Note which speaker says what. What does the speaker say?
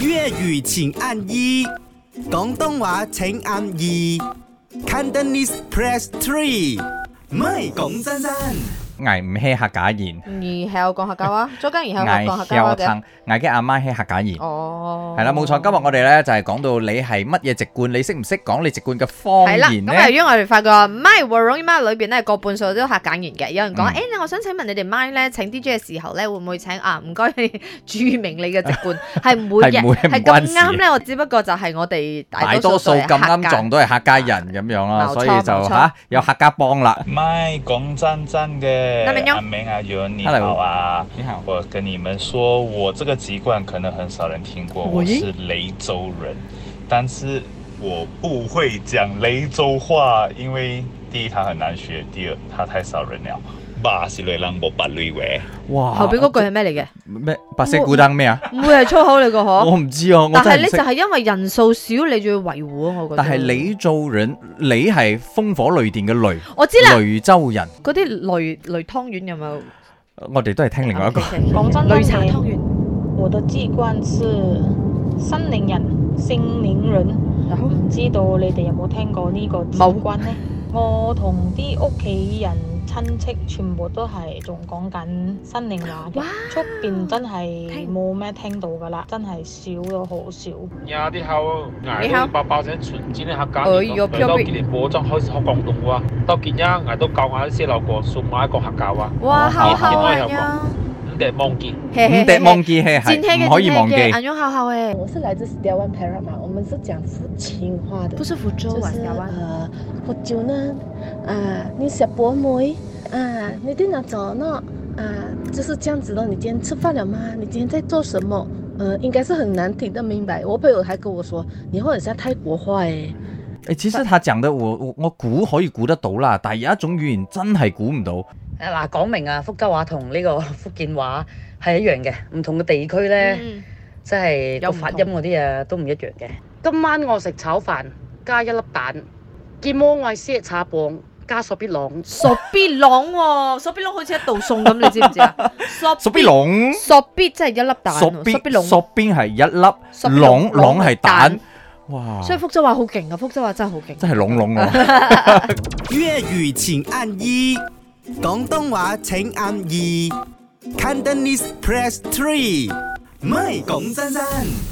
Speaker 1: 粤语请按一，广东话请按二，Cantonese press three。唔係講真真，
Speaker 2: 挨唔起客家言，
Speaker 3: 然後講客家 話，中間然後
Speaker 2: 挨
Speaker 3: 講客家話
Speaker 2: 孝
Speaker 3: 嘅。
Speaker 2: 騰，挨嘅阿媽起客家言。
Speaker 3: 哦，
Speaker 2: 係啦，冇錯。今日我哋咧就係講到你係乜嘢籍貫，你識唔識講你籍貫嘅方
Speaker 3: 係啦，
Speaker 2: 言
Speaker 3: 咁由
Speaker 2: 咧？
Speaker 3: 於我哋發覺 My w o r l d m 裏邊咧個半數都客簡言嘅，有人講
Speaker 2: 嗯
Speaker 3: 誒、我想請問你哋 My 咧請 DJ 嘅時候咧，會唔會請啊？唔該你注明你嘅籍 貫，係唔會嘅，
Speaker 2: 係唔會嘅
Speaker 3: 係
Speaker 2: 唔關
Speaker 3: 咁
Speaker 2: 事
Speaker 3: 啱咧。我只不過就係我哋
Speaker 2: 大
Speaker 3: 大
Speaker 2: 多
Speaker 3: 多
Speaker 2: 數
Speaker 3: 數
Speaker 2: 咁
Speaker 3: 都係客
Speaker 2: 啱
Speaker 3: 簡
Speaker 2: 撞到係客家人咁樣啦，
Speaker 3: 冇錯
Speaker 2: 所以就
Speaker 3: 冇錯
Speaker 2: 嚇有客家幫啦。
Speaker 4: 麦讲赞赞的，
Speaker 3: 那边用
Speaker 4: 阿明啊，有你
Speaker 2: Hello
Speaker 4: 好啊！
Speaker 2: 你好，
Speaker 4: 我跟你们说，我这个籍贯可能很少人听过，我是雷州人，但是我不会讲雷州话，因为第一它很难学，第二它太少人了。巴西雷浪博巴雷维，
Speaker 2: 哇！
Speaker 3: 後邊嗰句係咩嚟嘅？
Speaker 2: 咩白色古燈咩啊？
Speaker 3: 唔會係粗口嚟嘅嗬。
Speaker 2: 我唔知啊，我
Speaker 3: 但係
Speaker 2: 真係
Speaker 3: 咧
Speaker 2: 唔識。
Speaker 3: 就係因為人數少，你仲要維護啊我覺得。
Speaker 2: 但係你做人，你係烽火雷電嘅雷，
Speaker 3: 我知啦，
Speaker 2: 雷州人。
Speaker 3: 嗰啲雷雷湯圓有冇？啊
Speaker 2: 我哋都係聽另外一個。
Speaker 5: 講真
Speaker 3: 雷
Speaker 5: 真
Speaker 3: 茶湯
Speaker 5: 嘅，
Speaker 3: 圓。
Speaker 5: 我的籍貫是新寧人、聖寧人，唔知道你哋有冇聽過呢個籍貫呢？我同啲屋企人親戚全部都係仲講緊新寧話嘅
Speaker 3: 哇，
Speaker 5: 出邊真係
Speaker 3: 聽
Speaker 5: 冇咩聽到噶啦，真係少咗好少。
Speaker 6: 呀，你好，捱
Speaker 3: 你好
Speaker 6: 到八八聲全展咧客家
Speaker 3: 哎
Speaker 6: 語
Speaker 3: 呦
Speaker 6: 講，嚟到
Speaker 3: 飄
Speaker 6: 幾年我裝開始學廣東話，到見呀捱到舊牙啲先流過，數碼一個客家話，
Speaker 3: 哇，好好
Speaker 6: 我
Speaker 3: 玩
Speaker 6: 有
Speaker 3: 呀！
Speaker 6: 五隻望見。
Speaker 3: 嘿嘿
Speaker 2: 五
Speaker 3: 嘿
Speaker 2: 隻
Speaker 3: 嘿
Speaker 2: 忘記係
Speaker 3: 今天
Speaker 2: 係
Speaker 3: 跟
Speaker 2: 唔可以忘記
Speaker 3: 今。天跟俺用好好哎，
Speaker 7: 我是来自 s t a r One Parrot 嘛，我们是讲福清话的，
Speaker 3: 不是福州
Speaker 7: 就
Speaker 3: 啊，
Speaker 7: 是
Speaker 3: 台湾。
Speaker 7: 呃福州呢，啊，你食薄梅啊，你在哪走呢？啊，就是这样子咯。你今天吃饭了吗？你今天在做什么？呃，应该是很难听得明白。我朋友还跟我说，你会很像泰国话欸
Speaker 2: 誒，
Speaker 7: 诶。
Speaker 2: 其實他講得我我我估可以估得到啦，但係有一種語言真係估唔到。
Speaker 8: 誒嗱，講明啊，福州話同呢個 福建話係一樣嘅，唔同嘅地區咧，
Speaker 3: 嗯
Speaker 8: 即係
Speaker 3: 有
Speaker 8: 個
Speaker 3: 唔同
Speaker 8: 發音嗰啲啊都唔一樣嘅。今晚我食炒飯加一粒蛋，見魔愛絲茶磅加索必朗。
Speaker 3: 索必朗喎，索必朗好似一道餸咁，你知唔知啊？
Speaker 7: 嗯
Speaker 2: 索比，龍，
Speaker 3: 索必真係一粒蛋喎，
Speaker 2: 索
Speaker 3: 索
Speaker 2: 比
Speaker 3: 必朗。
Speaker 2: 索邊係一
Speaker 3: 索
Speaker 2: 粒，朗
Speaker 3: 必龍
Speaker 2: 朗係蛋
Speaker 3: 蛋，
Speaker 2: 哇！
Speaker 3: 所以福州話好勁啊，福州話真係好勁。
Speaker 2: 真係朗朗 喎。
Speaker 1: 粵語請按一，廣東話請按二，Cantonese press three。唔係講真真。